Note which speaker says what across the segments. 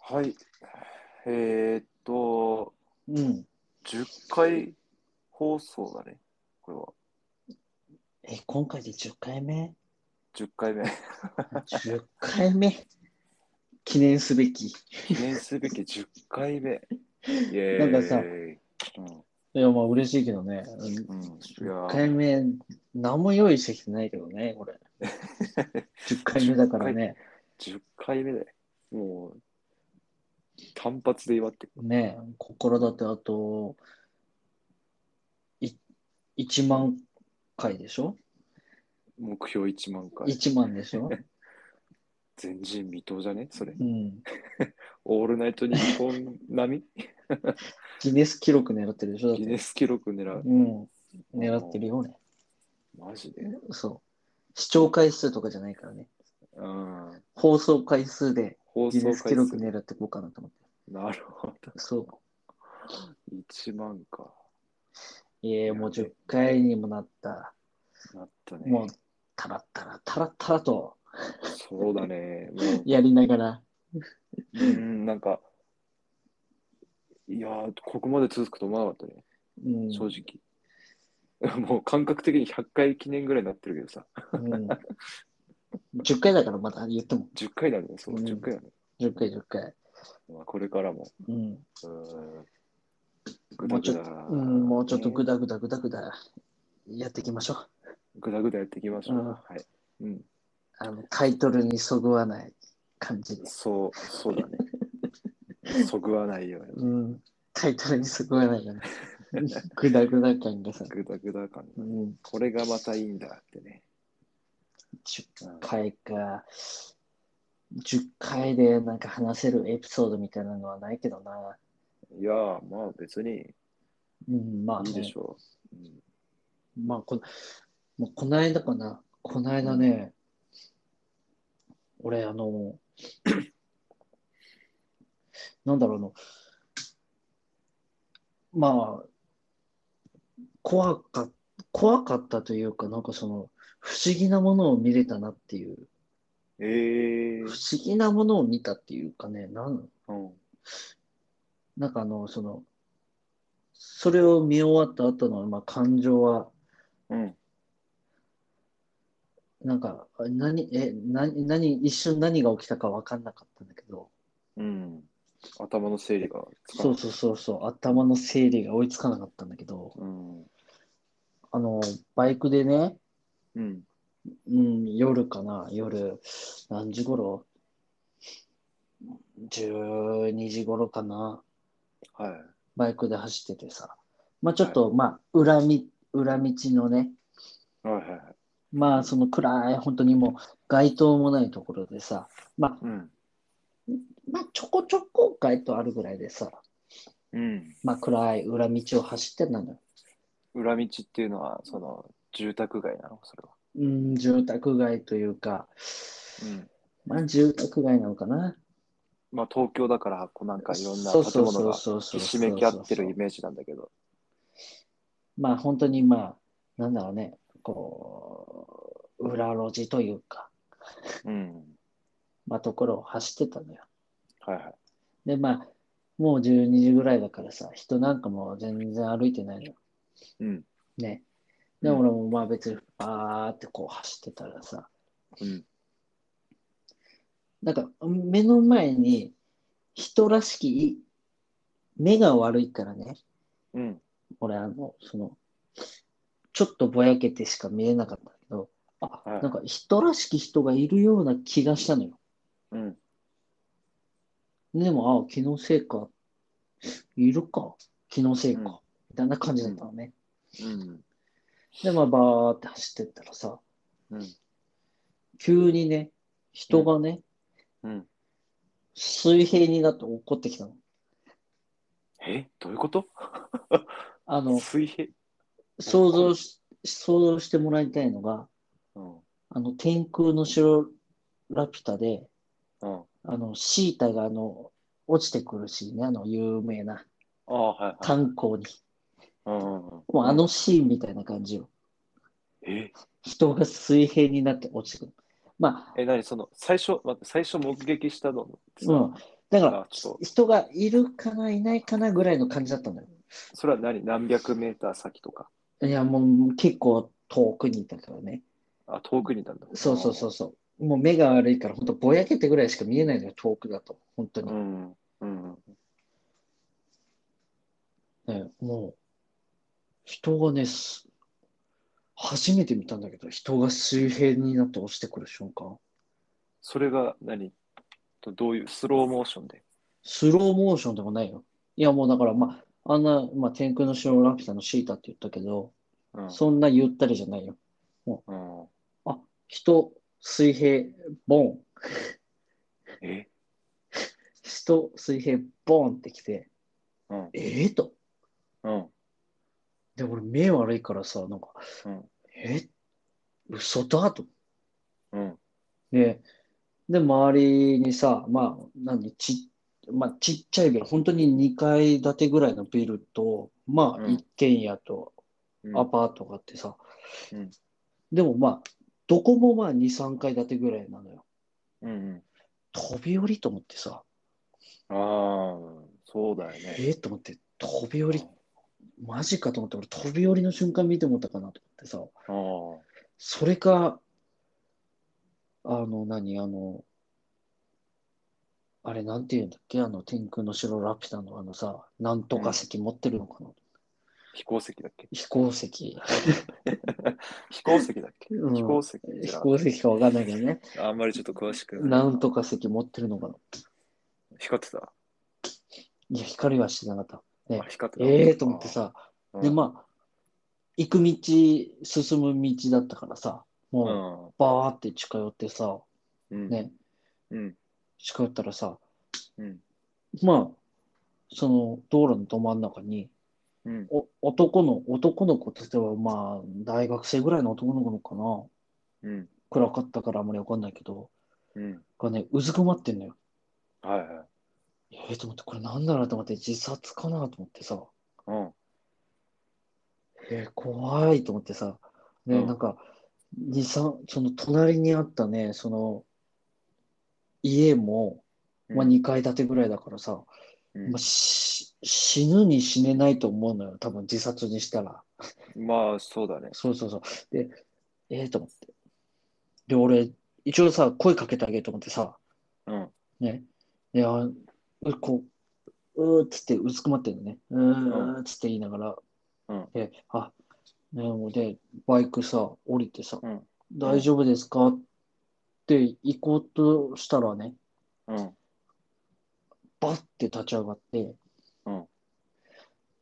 Speaker 1: はい。えー、っと、
Speaker 2: うん。
Speaker 1: 10回放送だね。これは。
Speaker 2: え、今回で10回目
Speaker 1: 10回 目。
Speaker 2: ?10 回目記念すべき。い
Speaker 1: 記念すべき10回 目。イェーイ。
Speaker 2: なんかさ
Speaker 1: う
Speaker 2: や、まあ嬉しいけど
Speaker 1: ん。
Speaker 2: ね。
Speaker 1: うん、いや
Speaker 2: 10回目、何も用意してきてないけどね、これ。10回目だからね。
Speaker 1: 10回目だよ。もう、単発で祝ってく
Speaker 2: ね、ここからだってあと、い1万回でしょ
Speaker 1: 目標1万回。
Speaker 2: ?1 万で しょ
Speaker 1: 前人未到じゃねそれ。
Speaker 2: うん。
Speaker 1: オールナイト日本 並
Speaker 2: ギネス記録狙ってるでしょだっ
Speaker 1: みギネ
Speaker 2: て。
Speaker 1: ス記録狙う。
Speaker 2: うん。狙ってるよね。
Speaker 1: マジで。
Speaker 2: そう。視聴回数とかじゃないからね。
Speaker 1: うん。
Speaker 2: 放送回数で
Speaker 1: 放
Speaker 2: ギ
Speaker 1: 送
Speaker 2: ネ
Speaker 1: 回
Speaker 2: ス記録
Speaker 1: 数。
Speaker 2: 狙っていこうかなと思って。
Speaker 1: なるほど。
Speaker 2: そ
Speaker 1: 1万か。
Speaker 2: う。いえ、もう10回にもなった。
Speaker 1: なったね。
Speaker 2: もう、たらったら、たらったらと
Speaker 1: そうだ ね。もう
Speaker 2: やりながら。
Speaker 1: うん、なんか、いやー、ここまで続くと思わなかったね、
Speaker 2: うん。
Speaker 1: 正直。 もう感覚的に100回記念ぐらいになってるけどさ、
Speaker 2: うん、10回だからまだ言っても。
Speaker 1: 10回だね、そう、
Speaker 2: うん
Speaker 1: 10回だね。
Speaker 2: 10回、10回。
Speaker 1: まあ、これからも、
Speaker 2: うん。
Speaker 1: うーん、ぐだ
Speaker 2: もうち
Speaker 1: ぐ
Speaker 2: ょ
Speaker 1: だ
Speaker 2: っと、うん、もうちょっとぐだぐだぐだぐだやっていきましょう。
Speaker 1: ぐだぐだやっていきましょう。
Speaker 2: うん
Speaker 1: はい。うん、
Speaker 2: あのタイトルにそぐわない感じです。
Speaker 1: そう、そうだ ね。そぐわないように。
Speaker 2: うん。タイトルにそぐわないよ ね。ぐだぐだ感がさ。
Speaker 1: ぐだぐだ感。
Speaker 2: うん。
Speaker 1: これがまたいいんだってね。
Speaker 2: 10
Speaker 1: うん
Speaker 2: 回か。10回でなんか話せるエピソードみたいなのはないけどな。
Speaker 1: いやー、まあ別に
Speaker 2: うん、まあ、
Speaker 1: い
Speaker 2: ね、
Speaker 1: いでしょう。うん
Speaker 2: まあこの、もうこの間かな。この間ね、俺、あの、 なんだろうの。まあ、怖かっ怖かったというか、なんかその、不思議なものを見れたなっていう、
Speaker 1: ええ
Speaker 2: 不思議なものを見たっていうかね、なん、
Speaker 1: うん。
Speaker 2: なんかあの、その、それを見終わった後の、まあ、感情は、
Speaker 1: うん。
Speaker 2: なんか、何、え、何、何、一瞬何が起きたか分かんなかったんだけど、
Speaker 1: うん。頭の整理がつか
Speaker 2: そ
Speaker 1: ないう
Speaker 2: そうそうそう、頭の整理が追いつかなかったんだけど、
Speaker 1: うん。
Speaker 2: あの、バイクでね、
Speaker 1: うん。
Speaker 2: うん、夜かな、夜、何時頃 ?12 時頃かな、
Speaker 1: はい。
Speaker 2: バイクで走っててさ、まあちょっと、まあ、裏み、裏道のね、
Speaker 1: はいはいはい。
Speaker 2: まあその暗い、本当にもう街灯もないところでさ、まあ、
Speaker 1: うん。
Speaker 2: まあちょこちょこ街灯あるぐらいでさ、
Speaker 1: うん。
Speaker 2: まあ、暗い裏道を走ってたのよ。
Speaker 1: 裏道っていうのは、その、住宅街なのそれは。
Speaker 2: うん、住宅街というか、
Speaker 1: うん。
Speaker 2: まあ、住宅街なのかな。
Speaker 1: まあ、東京だから、こうなんかいろんな
Speaker 2: そう
Speaker 1: 建物が
Speaker 2: そうそうそうそう
Speaker 1: ひしめき合ってるイメージなんだけど。
Speaker 2: まあ、本当に、まあ、なんだろうね、こう、裏路地というか、
Speaker 1: うん。
Speaker 2: まあ、ところを走ってたのよ。
Speaker 1: はいはい。
Speaker 2: で、まあ、もう12時ぐらいだからさ、人なんかもう全然歩いてないのよ。
Speaker 1: うん。
Speaker 2: ね。で、
Speaker 1: うん
Speaker 2: 俺もまあ別に、バーってこう走ってたらさ、
Speaker 1: うん。
Speaker 2: なんか目の前に人らしき目が悪いからね、
Speaker 1: うん。
Speaker 2: 俺あの、その、ちょっとぼやけてしか見えなかったけど、あ、
Speaker 1: はい
Speaker 2: なんか人らしき人がいるような気がしたのよ。
Speaker 1: うん。
Speaker 2: でも、あ、気のせいか。いるか。気のせいか。
Speaker 1: うん
Speaker 2: みたいな感じだったのね。
Speaker 1: うん。
Speaker 2: で、まあ、バーって走ってったらさ、
Speaker 1: うん。
Speaker 2: 急にね、人がね、
Speaker 1: うん。
Speaker 2: 水平になって落っこってきたの。
Speaker 1: えどういうこと
Speaker 2: あの、
Speaker 1: 水平。
Speaker 2: 想像し、想像してもらいたいのが、
Speaker 1: うん。
Speaker 2: あの、天空の城ラピュタで、
Speaker 1: うん。
Speaker 2: あの、シータがあの、落ちてくるシーンね、あの、有名な、
Speaker 1: ああ、はいはい。
Speaker 2: 炭鉱に。
Speaker 1: うんうんうん。
Speaker 2: もうあのシーンみたいな感じよ。
Speaker 1: え
Speaker 2: 人が水平になって落ちてくる。まあ、
Speaker 1: え、なにその、最初、待って、最初目撃したのってさ
Speaker 2: うん。だから、
Speaker 1: あちょっと、
Speaker 2: 人がいるかな、いないかなぐらいの感じだったんだよ。
Speaker 1: それは何何百メーター先とか。
Speaker 2: いや、もう結構遠くにいたからね。
Speaker 1: あ、遠くにいたんだ。
Speaker 2: そうそうそうそう。もう目が悪いから、本当ぼやけてぐらいしか見えないのよ、遠くだと。本当
Speaker 1: う
Speaker 2: に。
Speaker 1: ん。うん。
Speaker 2: ね、もう、人がね、す初めて見たんだけど、人が水平になって落ちてくる瞬間。
Speaker 1: それが何とどういう、スローモーションで。
Speaker 2: スローモーションでもないよ。いや、もうだから、まあ、あんな、まあ、天空の城ラピュタのシータって言ったけど、
Speaker 1: うん。
Speaker 2: そんなゆったりじゃないよ。
Speaker 1: うん、
Speaker 2: あ、人、水平、ボン。
Speaker 1: え
Speaker 2: 人、水平、ボンってきて、
Speaker 1: うん。
Speaker 2: えー、と。
Speaker 1: うん。
Speaker 2: で、俺、目悪いからさ、なんか、
Speaker 1: うん
Speaker 2: え嘘だと。
Speaker 1: うん。
Speaker 2: で、で、周りにさ、まあ、何、ち、まあ、ちっちゃいビル、本当に2階建てぐらいのビルと、まあ、
Speaker 1: うん
Speaker 2: 一軒家と
Speaker 1: うん
Speaker 2: アパートがあってさ、
Speaker 1: うん
Speaker 2: でもまあ、どこもまあ2、3階建てぐらいなのよ。
Speaker 1: うんうん。
Speaker 2: 飛び降りと思ってさ、
Speaker 1: ああ、そうだよね。
Speaker 2: えー、と思って、飛び降り、マジかと思って、俺、飛び降りの瞬間見てもったかなと思ってさ、
Speaker 1: あー
Speaker 2: それか、あの、何、あの、あれ、なんていうんだっけ、あの、天空の城ラピュタのあのさ、なんとか石持ってるのかな、
Speaker 1: 飛行石だっけ
Speaker 2: 飛行石。
Speaker 1: 飛行石だっけ、
Speaker 2: うん
Speaker 1: 飛行石じ
Speaker 2: 飛
Speaker 1: ゃ
Speaker 2: 行石かわかんないけどね。
Speaker 1: ああんまりちょっと詳しくい
Speaker 2: なんとか石持ってるのかな
Speaker 1: 光ってた。
Speaker 2: いや、光はしてなかった。ね
Speaker 1: あ光ってた。
Speaker 2: ええと思ってさ、
Speaker 1: あー、
Speaker 2: で、まあ、行く道、進む道だったからさ、
Speaker 1: あ
Speaker 2: もう、バーって近寄ってさ、
Speaker 1: うん。
Speaker 2: ね、
Speaker 1: うん。
Speaker 2: 近寄ったらさ、
Speaker 1: うん。
Speaker 2: まあ、その、道路のど真ん中に、
Speaker 1: うん。
Speaker 2: お男の、男の子としては、まあ、大学生ぐらいの男の子のかな。
Speaker 1: うん。
Speaker 2: 暗かったからあんまりわかんないけど、
Speaker 1: うん。
Speaker 2: がね、うずくまってんのよ。
Speaker 1: はいはい。
Speaker 2: ええと思って、これなんだろうと思って、自殺かなと思ってさ、
Speaker 1: うん。
Speaker 2: えー怖いと思ってさ、ね、
Speaker 1: うん
Speaker 2: なんか、二三、その隣にあったね、その、家も、まあ、2階建てぐらいだからさ、
Speaker 1: うん
Speaker 2: まあ、し死ぬに死ねないと思うのよ、多分自殺にしたら。
Speaker 1: まあ、そうだね。
Speaker 2: そうそうそう。で、ええと思って。で、俺、一応さ、声かけてあげようと思ってさ、
Speaker 1: うん。
Speaker 2: ね。で、あうこう、うーっつって、うずくまってるのね。うーっつって言いながら、
Speaker 1: うん
Speaker 2: で、あ、ね、もうで、バイクさ、降りてさ、
Speaker 1: うん
Speaker 2: 大丈夫ですかって行こうとしたらね、
Speaker 1: うん。
Speaker 2: バッて立ち上がって、
Speaker 1: うん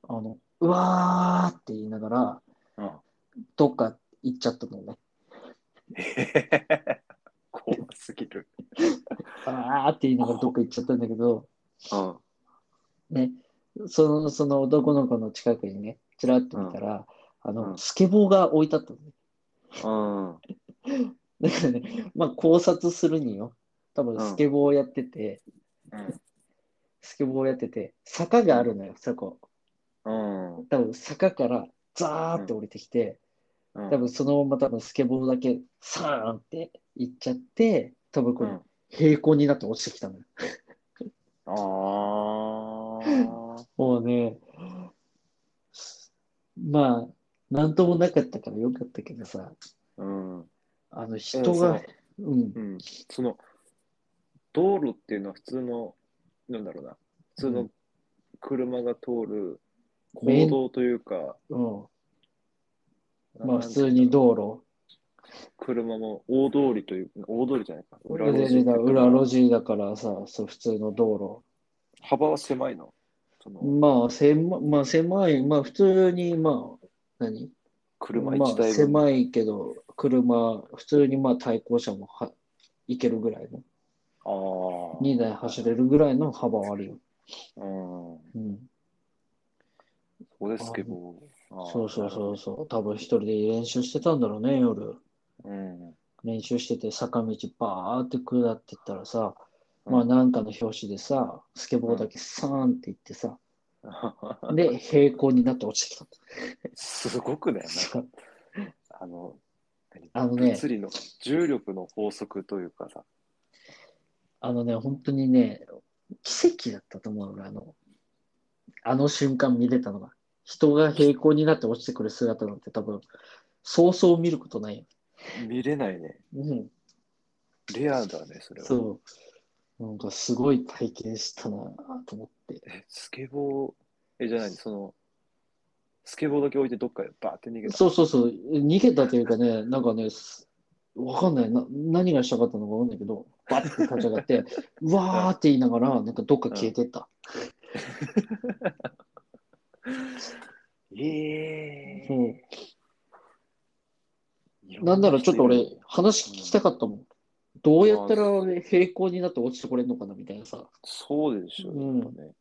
Speaker 2: あの、うわーって言いながら、
Speaker 1: うん。
Speaker 2: どっか行っちゃったのね。
Speaker 1: 怖すぎる。
Speaker 2: あーって言いながらどっか行っちゃったんだけど、
Speaker 1: うん。
Speaker 2: ね、その、その男の子の近くにね、ちらっと見たら、あの、
Speaker 1: うん
Speaker 2: スケボーが置いてあったのね。
Speaker 1: う ん。
Speaker 2: だからね、まあ考察するによ。多分
Speaker 1: うん
Speaker 2: スケボーをやってて、スケボーをやってて、坂があるのよ、そこ。
Speaker 1: うん。
Speaker 2: 多分坂からザーって降りてきて、
Speaker 1: うん。
Speaker 2: 多分そのまま多分スケボーだけサーンって行っちゃって、多分こ
Speaker 1: う
Speaker 2: れ
Speaker 1: ん。
Speaker 2: 平行になって落ちてきたのよ。
Speaker 1: ああ。
Speaker 2: もうね、まあ、なんともなかったからよかったけどさ、
Speaker 1: うん。
Speaker 2: あの
Speaker 1: え
Speaker 2: 人が、うん
Speaker 1: その、うん。その、道路っていうのは普通の、なんだろうな、普通の車が通る行動というか、
Speaker 2: うん、ま
Speaker 1: な
Speaker 2: あ
Speaker 1: ん
Speaker 2: 普通に道路、
Speaker 1: 車も大通りという、大通りじゃないか。
Speaker 2: 裏路地だ裏路地だからさ、そう普通の道
Speaker 1: 幅は狭いの。その
Speaker 2: 路。、まあ狭い、まあ狭い、まあ普通に、まあ、何
Speaker 1: 車
Speaker 2: ま
Speaker 1: 一
Speaker 2: あ
Speaker 1: 台分。
Speaker 2: 狭いけど、車、普通にまあ対向車もはいけるぐらいの、
Speaker 1: ああ。
Speaker 2: 2台走れるぐらいの幅はあるよ。
Speaker 1: うん。
Speaker 2: うん
Speaker 1: そこでスケボー。あー
Speaker 2: そうそうそうそう。多分一人で練習してたんだろうね、夜。
Speaker 1: うん。
Speaker 2: 練習してて、坂道バーって下ってったらさ、
Speaker 1: うん
Speaker 2: まあなんかの表紙でさ、スケボーだけサーンっていってさ、で、平行になって落ちてきた。
Speaker 1: すごくね、
Speaker 2: そ
Speaker 1: なん
Speaker 2: う
Speaker 1: か、あの、何
Speaker 2: あのね
Speaker 1: 物理の重力の法則というかさ、
Speaker 2: あのね、本当にね、奇跡だったと思う俺あの、あの瞬間見れたのが。人が平行になって落ちてくる姿なんて多分、そうそう見ることないよ。
Speaker 1: 見れないね。
Speaker 2: うん。
Speaker 1: レアだね、それは。
Speaker 2: そう。なんかすごい体験したなと思って。
Speaker 1: え、スケボー、え、じゃない、その、スケボーだけ置いてどっかでバーって逃げた。
Speaker 2: そうそうそう。逃げたというかね、なんかね、すわかんない。な何がしたかったのかわかんないけど、バッて立ち上がって、うわーって言いながら、なんかどっか消えてった。
Speaker 1: ええ
Speaker 2: そう
Speaker 1: いろ
Speaker 2: なんならちょっと
Speaker 1: 人いる
Speaker 2: 俺、話聞きたかったもん。どうやったら平行になって落ちてこれるのかなみたいなさ。
Speaker 1: そうでしょ、
Speaker 2: うん
Speaker 1: やっぱね。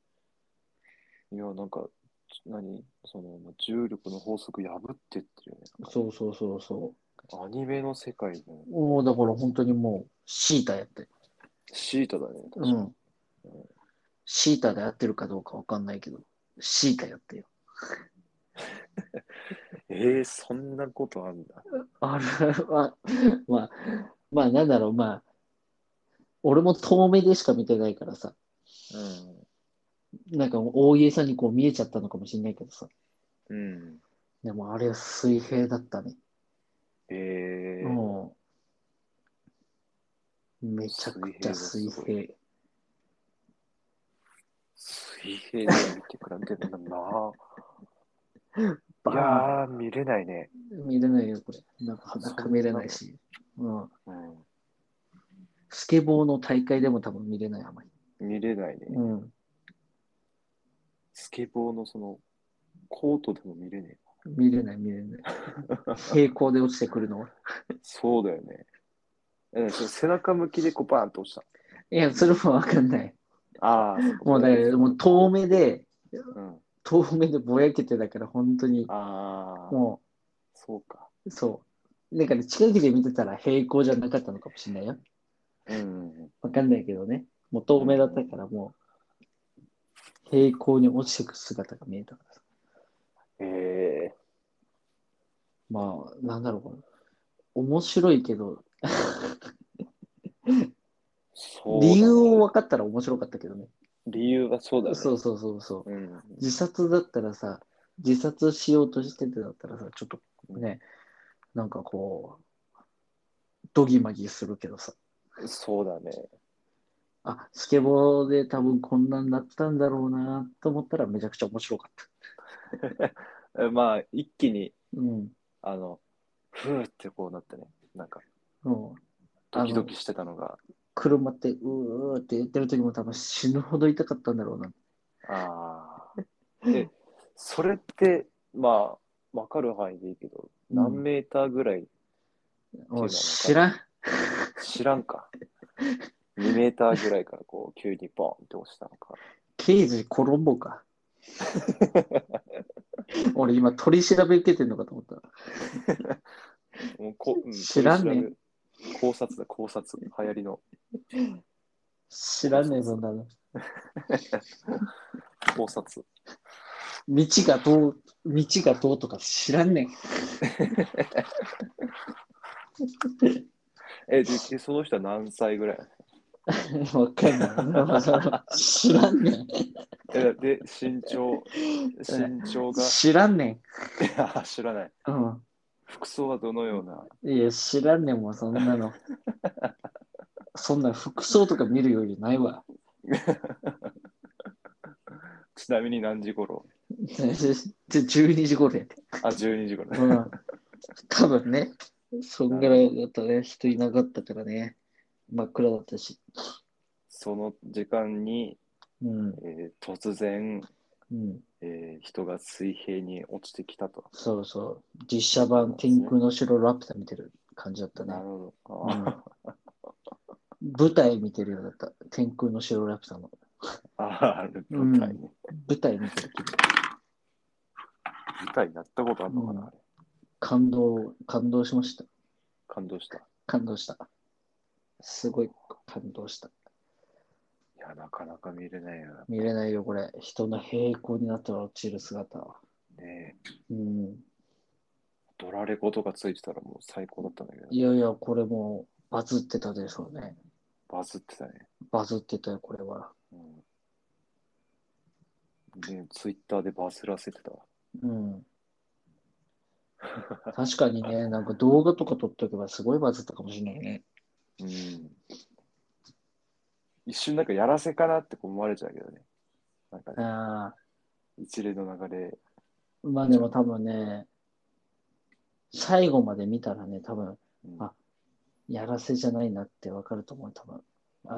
Speaker 1: いや、なんか、ち何その、重力の法則破ってってるよね。
Speaker 2: そうそうそうそ
Speaker 1: アニメの世界の
Speaker 2: う。もうだから本当にもう、シータやって。
Speaker 1: シートだね。確か
Speaker 2: う
Speaker 1: に
Speaker 2: ん。シータで合ってるかどうかわかんないけど、シータやってよ。
Speaker 1: ええそんなことあんだ。
Speaker 2: ある、 まあ、まあ、まあ、なんだろう、まあ、俺も遠目でしか見てないからさ、なんか大げさにこう見えちゃったのかもしれないけどさ、
Speaker 1: うん。うん。
Speaker 2: でもあれは水平だったね。
Speaker 1: ええ
Speaker 2: うん。めちゃくちゃ水
Speaker 1: 水
Speaker 2: 平。
Speaker 1: 水平で見てくられてるんだな。い
Speaker 2: バー
Speaker 1: やー、見れないね。
Speaker 2: ン見れないよ、これ。なかなか見れないし。うん。
Speaker 1: うん。
Speaker 2: スケボーの大会でも多分見れない、あまり。
Speaker 1: 見れないね。
Speaker 2: うん。
Speaker 1: スケボーのその、コートでも見れね
Speaker 2: 見れない、見れない。平行で落ちてくるのは。
Speaker 1: え。そうだよね。えその背中向きでこうバーンと落ちた。
Speaker 2: いや、それもわかんない。
Speaker 1: ああ、そっか
Speaker 2: もうだから、もう遠目で、
Speaker 1: うん、
Speaker 2: 遠目でぼやけてだから本当に
Speaker 1: ああ、
Speaker 2: も
Speaker 1: そうか。
Speaker 2: うそうだから近くで見てたら平行じゃなかったのかもしれないよ
Speaker 1: うん。
Speaker 2: わかんないけどねもう遠目だったからもう平行に落ちてく姿が見えたからさ
Speaker 1: ええ
Speaker 2: まあなんだろうこれ面白いけど
Speaker 1: そうだね
Speaker 2: 理由を分かったら面白かったけどね
Speaker 1: 理由はそうだね。
Speaker 2: そうそうそうそう
Speaker 1: うん。
Speaker 2: 自殺だったらさ自殺しようとしててだったらさちょっとねなんかこうドギマギするけどさ
Speaker 1: そうだね。
Speaker 2: あ、スケボーで多分こんなになったんだろうなと思ったらめちゃくちゃ面白かった。
Speaker 1: えまあ、一気に、
Speaker 2: うん。
Speaker 1: あの、ふーってこうなってね、なんか、
Speaker 2: もうあ
Speaker 1: ド
Speaker 2: の
Speaker 1: キドキしてたのが、
Speaker 2: 車ってうーって言ってる時も多分死ぬほど痛かったんだろうな。
Speaker 1: ああ。で、それって、まあ、わかる範囲でいいけど、
Speaker 2: うん
Speaker 1: 何メーターぐらい
Speaker 2: もう知らん。
Speaker 1: 知らんか。2メーターぐらいからこう、急にボーンって落ちたのか。
Speaker 2: 刑事コロンボ か。俺今取り調べ受けてんのかと思った。
Speaker 1: もうこうん
Speaker 2: 知らんね
Speaker 1: 取
Speaker 2: ん
Speaker 1: り調べ考察だ、考察。流行りの
Speaker 2: 知らんねえ、そんなの。
Speaker 1: 考察。
Speaker 2: 道がどう、道がどうとか知らんね
Speaker 1: え、で、でその人は何歳ぐらい
Speaker 2: ん。わかん ない。知らんねん。
Speaker 1: えで、身 長、身長が、
Speaker 2: 知らんね
Speaker 1: いや知らない。
Speaker 2: ん。うん。
Speaker 1: 服装はどのようない
Speaker 2: や、知らんねんもん、そんな の。そんな服装とか見るよりないわ。
Speaker 1: ちなみに何時頃
Speaker 2: で、12時頃やって。
Speaker 1: あ、12時頃ね。
Speaker 2: うん。多分ね、そんぐらいだったね、人いなかったからね。真っ暗だったし。
Speaker 1: その時間に、
Speaker 2: うん。
Speaker 1: えー突然、
Speaker 2: うん。
Speaker 1: えー人が水平に落ちてきたと。
Speaker 2: そうそう。実写版天空の城ラピュタ見てる感じだったね
Speaker 1: な。るほど。
Speaker 2: う
Speaker 1: あ
Speaker 2: ん、舞台見てるようだった。天空の城ラピュタの。
Speaker 1: あ、ある舞台ね。
Speaker 2: 舞台見てる気分。
Speaker 1: 舞台やったことあるのかな、
Speaker 2: うん
Speaker 1: あれ
Speaker 2: 感動、感動しました。
Speaker 1: 感動した。い
Speaker 2: 感動した。すごい感動した。
Speaker 1: や、なかなか見れないよな。
Speaker 2: 見れないよ、これ。人の平行になって落ちる姿は。
Speaker 1: ねえ
Speaker 2: うん。
Speaker 1: ドラレコとかついてたらもう最高だったんだけど、
Speaker 2: いやいや、これもうバズってたでしょうね。
Speaker 1: バズってたね。
Speaker 2: バズってたよ、これは。
Speaker 1: うんうん、ツイッターでバズらせてたわ。
Speaker 2: うん。確かにね、なんか動画とか撮っておけばすごいバズったかもしれないね。
Speaker 1: うん。一瞬なんかやらせかなって思われちゃうけどね。なんかね、
Speaker 2: ああ。
Speaker 1: 一連の流れ。
Speaker 2: まあでも多分ね、最後まで見たらね、多分
Speaker 1: うん
Speaker 2: あやらせじゃないなってわかると思う、多分。あ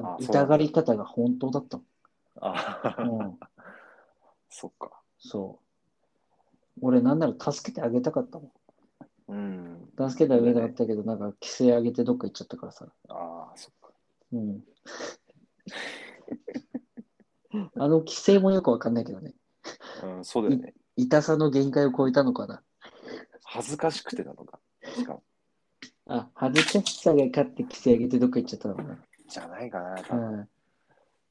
Speaker 1: あそ
Speaker 2: の
Speaker 1: うなんだ
Speaker 2: 痛がり方が本当だった
Speaker 1: あ
Speaker 2: もん。うん。
Speaker 1: そっか。
Speaker 2: そう。俺なんなら助けてあげたかったも
Speaker 1: うん。
Speaker 2: ん。助けてあげたかったけど、なんか規制上げてどっか行っちゃったからさ。
Speaker 1: ああ、そっか。
Speaker 2: うん。 あの規制もよくわかんないけどね。
Speaker 1: うん、そうだよね。
Speaker 2: 痛さの限界を超えたのかな。
Speaker 1: 恥ずかしくてなのか。しかも。
Speaker 2: あ、恥ずかしさが勝って規制上げてどっか行っちゃったのかな。
Speaker 1: じゃないかな。多
Speaker 2: う
Speaker 1: 分
Speaker 2: ん。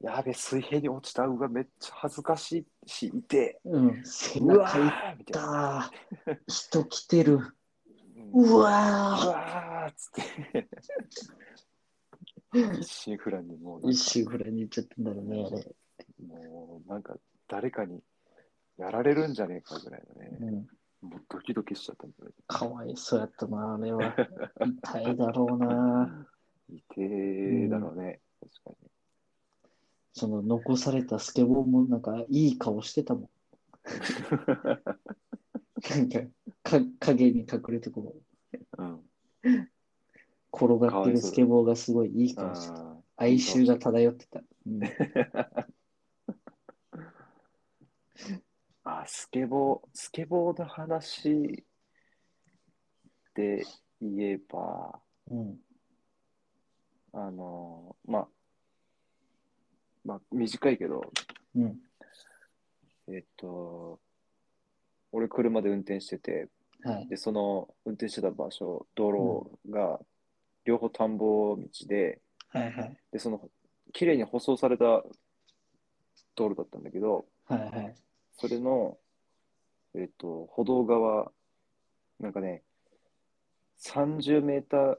Speaker 1: やべ、水平に落ちた。うわ、めっちゃ恥ずかしいし、いて。
Speaker 2: うん、背
Speaker 1: うわ
Speaker 2: 中いっ
Speaker 1: ーみたいな。
Speaker 2: た。人来てる。
Speaker 1: うん
Speaker 2: う
Speaker 1: う
Speaker 2: わ
Speaker 1: わーっつって。一心不乱にもう
Speaker 2: ー。一心不乱に言っちゃったんだろうね、あれ。
Speaker 1: もうなんか誰かにやられるんじゃねえかぐらいのね、
Speaker 2: うん、
Speaker 1: もうドキドキしちゃったんだよね。
Speaker 2: かわいそうやったな、あれは。痛いだろうな。
Speaker 1: いてーだろうね、確
Speaker 2: その残されたスケボーもなんかいい顔してたもん。なんかか影に隠れてこう
Speaker 1: かに。うん。
Speaker 2: 転がってるスケボーがすごいいい
Speaker 1: あ
Speaker 2: 顔してた。
Speaker 1: ー
Speaker 2: 哀愁が漂ってた。うん、
Speaker 1: あ、スケボー、スケボーの話で言えば、
Speaker 2: うん、
Speaker 1: あのーまあ、まあ、短いけど、
Speaker 2: うん。
Speaker 1: えっと、俺車で運転してて、
Speaker 2: はい。
Speaker 1: で、その運転してた場所、道路が両方田んぼ道で、
Speaker 2: はいはい。
Speaker 1: で、その綺麗に舗装された道路だったんだけど、
Speaker 2: はいはい。
Speaker 1: それの、えっと、歩道側、なんかね、30メーター、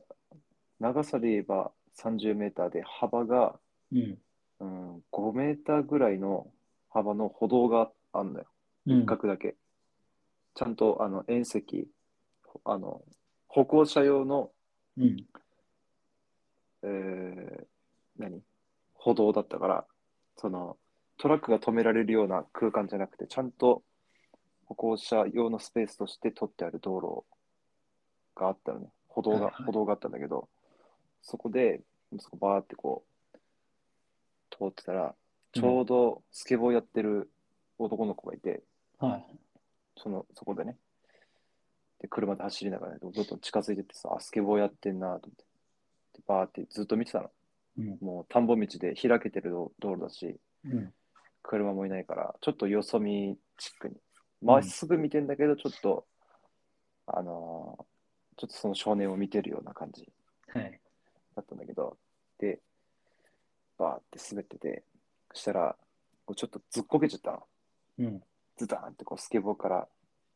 Speaker 1: 長さで言えば30メーターで、幅が、
Speaker 2: うん。
Speaker 1: うん、5メーターぐらいの幅の歩道があんだよ。
Speaker 2: うん。
Speaker 1: 一角だけ。ちゃんと、あの、縁石、あの、歩行者用の
Speaker 2: うん。
Speaker 1: えー何歩道だったから、そのトラックが止められるような空間じゃなくて、ちゃんと歩行者用のスペースとして取ってある道路があったのね。歩道が、
Speaker 2: はいはい
Speaker 1: 歩道があったんだけど、そこで、そこバーってこう、通ってたら、ちょうどスケボーやってる男の子がいて、
Speaker 2: はい。
Speaker 1: その、そこでね。で、車で走りながら、ね、どんどん近づいてってさ、あ、スケボーやってんなと思って。で、バーってずっと見てたの。
Speaker 2: うん。
Speaker 1: もう田んぼ道で開けてる道道路だし、
Speaker 2: うん。
Speaker 1: 車もいないから、ちょっとよそ見チックに。まっすぐ見てんだけど、ちょっと、あのーちょっとその少年を見てるような感じ
Speaker 2: はい。
Speaker 1: だったんだけど、で、バーって滑ってて、そしたら、こうちょっとずっこけちゃったの。
Speaker 2: うん。
Speaker 1: ズダーンってこうスケボーから、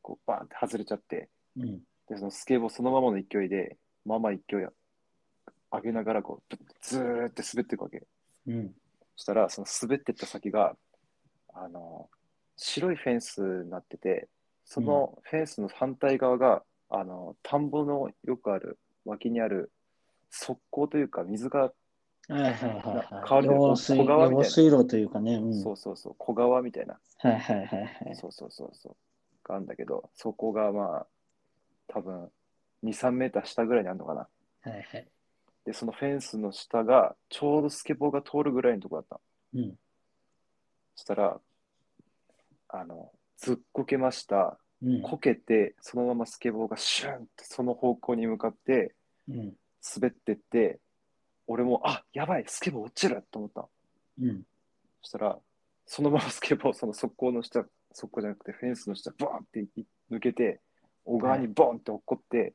Speaker 1: こうバーンって外れちゃって、
Speaker 2: うん。
Speaker 1: で、そのスケボーそのままの勢いで、まあまあ勢い上げながら、こう、ずーって滑っていくわけ。
Speaker 2: うん。
Speaker 1: そしたら、その滑ってった先が、あの、白いフェンスになってて、そのフェンスの反対側が、あの、田んぼのよくある、脇にある、側溝というか、水が、
Speaker 2: はいはいはいはい。
Speaker 1: 変わるよ
Speaker 2: 用水
Speaker 1: 小川みたいな
Speaker 2: 用水路というかね。うん、
Speaker 1: そうそうそう、小川みたいな、
Speaker 2: はいはいはいはい。
Speaker 1: そうそうそうそう、があるんだけど、そこがまあ、多分、2、3メーター下ぐらいにあるのかな。
Speaker 2: はいはい。
Speaker 1: で、そのフェンスの下が、ちょうどスケボーが通るぐらいのとこだったの。
Speaker 2: うん。
Speaker 1: そしたら、あの、ずっこけました。
Speaker 2: うん。
Speaker 1: こけて、そのままスケボーがシュンってその方向に向かって
Speaker 2: うん。
Speaker 1: 滑ってって、俺も、あやばい、スケボー落ちると思ったの。
Speaker 2: うん。
Speaker 1: そしたら、そのままスケボー、その側溝の下、側溝じゃなくて、フェンスの下、ボーンってい抜けて、小川にボーンって落っこって、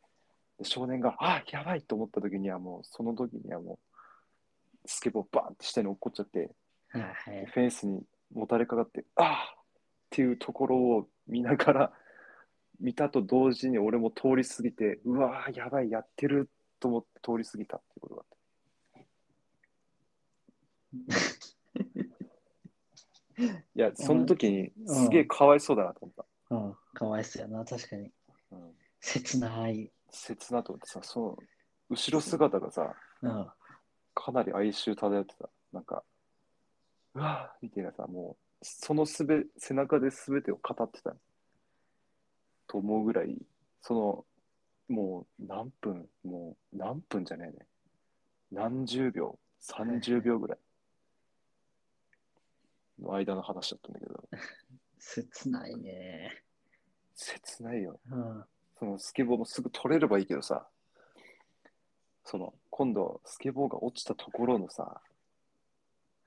Speaker 1: で少年が、あやばいと思った時にはもう、その時にはもう、スケボーバーンって下に落っこっちゃって、
Speaker 2: はいはい。
Speaker 1: フェンスにもたれかかって、あーっていうところを見ながら、見たと同時に俺も通り過ぎて、うわー、やばい、やってると思って通り過ぎたっていうことがあっいや、その時に
Speaker 2: ん
Speaker 1: すげえかわいそうだなと思った。
Speaker 2: うん、かわいそうやな、確かに。
Speaker 1: うん、
Speaker 2: 切ない。
Speaker 1: 切なと思ってさ、その後ろ姿がさ、
Speaker 2: うん。
Speaker 1: かなり哀愁漂ってた。なんか、うわーみたいなさ、もう、そのすべ、背中で全てを語ってた。と思うぐらい、その、もう何分、もう何分じゃないね。何十秒、30秒ぐらいの間の話だったんだけど、
Speaker 2: 切ないね。
Speaker 1: 切ないよ。
Speaker 2: うん。
Speaker 1: そのスケボーもすぐ取れればいいけどさ、その、今度、スケボーが落ちたところのさ、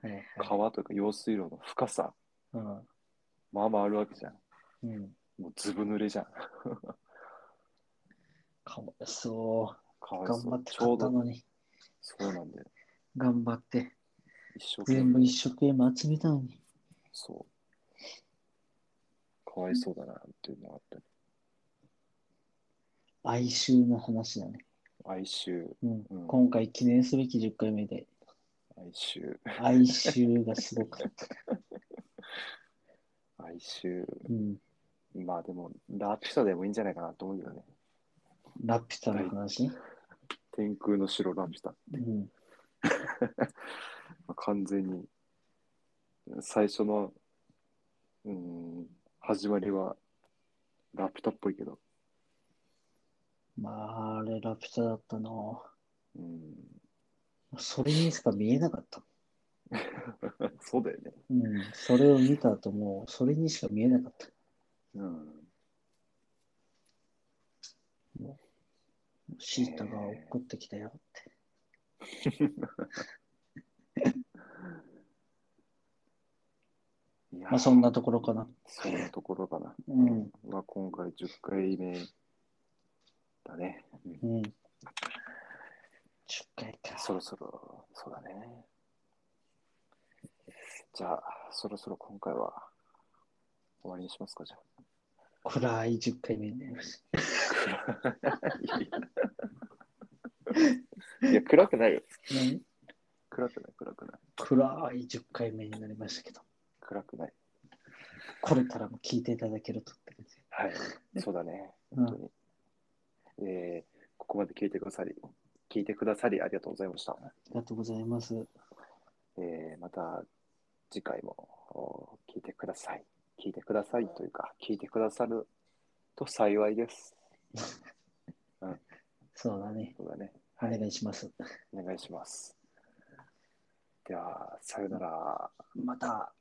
Speaker 2: はいはい。
Speaker 1: 川というか用水路の深さ、
Speaker 2: うん。
Speaker 1: まあまああるわけじゃん。
Speaker 2: うん。
Speaker 1: もうずぶ濡れじゃん。
Speaker 2: かわいそ
Speaker 1: か
Speaker 2: う。
Speaker 1: わい
Speaker 2: 頑
Speaker 1: そう
Speaker 2: 張って
Speaker 1: ちょ
Speaker 2: 買
Speaker 1: う
Speaker 2: った
Speaker 1: ど、
Speaker 2: のに。
Speaker 1: そうなんだよ。
Speaker 2: 頑張って。
Speaker 1: 一生懸
Speaker 2: 全部
Speaker 1: 命。
Speaker 2: 一生懸命集めたのに。
Speaker 1: そう。かわいそうだな、っていうのがあったね。
Speaker 2: 哀愁の話だね。
Speaker 1: 哀愁、
Speaker 2: うん。
Speaker 1: うん
Speaker 2: 今回記念すべき10回 目で、
Speaker 1: 哀愁、
Speaker 2: 哀愁がすごかった。
Speaker 1: 哀愁。
Speaker 2: うん。
Speaker 1: まあでも、ラピュタでもいいんじゃないかなと思うけどね。
Speaker 2: ラピュタの話。
Speaker 1: 天空の城ラピュタ。
Speaker 2: うん。
Speaker 1: まあ完全に、最初の、うーん、始まりは、ラピュタっぽいけど、
Speaker 2: まあ、あれ、ラピュタだったな。
Speaker 1: うん、
Speaker 2: それにしか見えなかった。
Speaker 1: そうだよね。
Speaker 2: うん。それを見た後もう、それにしか見えなかった。
Speaker 1: うん
Speaker 2: シータが怒ってきたよって。
Speaker 1: いやー
Speaker 2: まあ、そんなところかな。
Speaker 1: そんなところかな。
Speaker 2: うん。
Speaker 1: まあ、今回10回目だね。うん
Speaker 2: うん。10回か。
Speaker 1: そろそろ、そうだね。じゃあ、そろそろ今回は終わりにしますか、じゃあ。
Speaker 2: 暗い10回目になりまし
Speaker 1: いや、暗くないよ。
Speaker 2: た。うん
Speaker 1: 暗くない、暗くない。
Speaker 2: 暗い10回目になりましたけど、
Speaker 1: 暗くない。
Speaker 2: これからも聞いていただけるとって感じ。
Speaker 1: はい。そうだね。
Speaker 2: うん
Speaker 1: 本当に。えーここまで聞いてくださり、聞いてくださりありがとうございました。
Speaker 2: ありがとうございます。
Speaker 1: えーまた次回もお聞いてください。聞いてくださいというか、聞いてくださると幸いです。
Speaker 2: そうだね。
Speaker 1: そうだね。
Speaker 2: お
Speaker 1: はい、
Speaker 2: 願いします。
Speaker 1: お願いします。では、さよなら。
Speaker 2: また。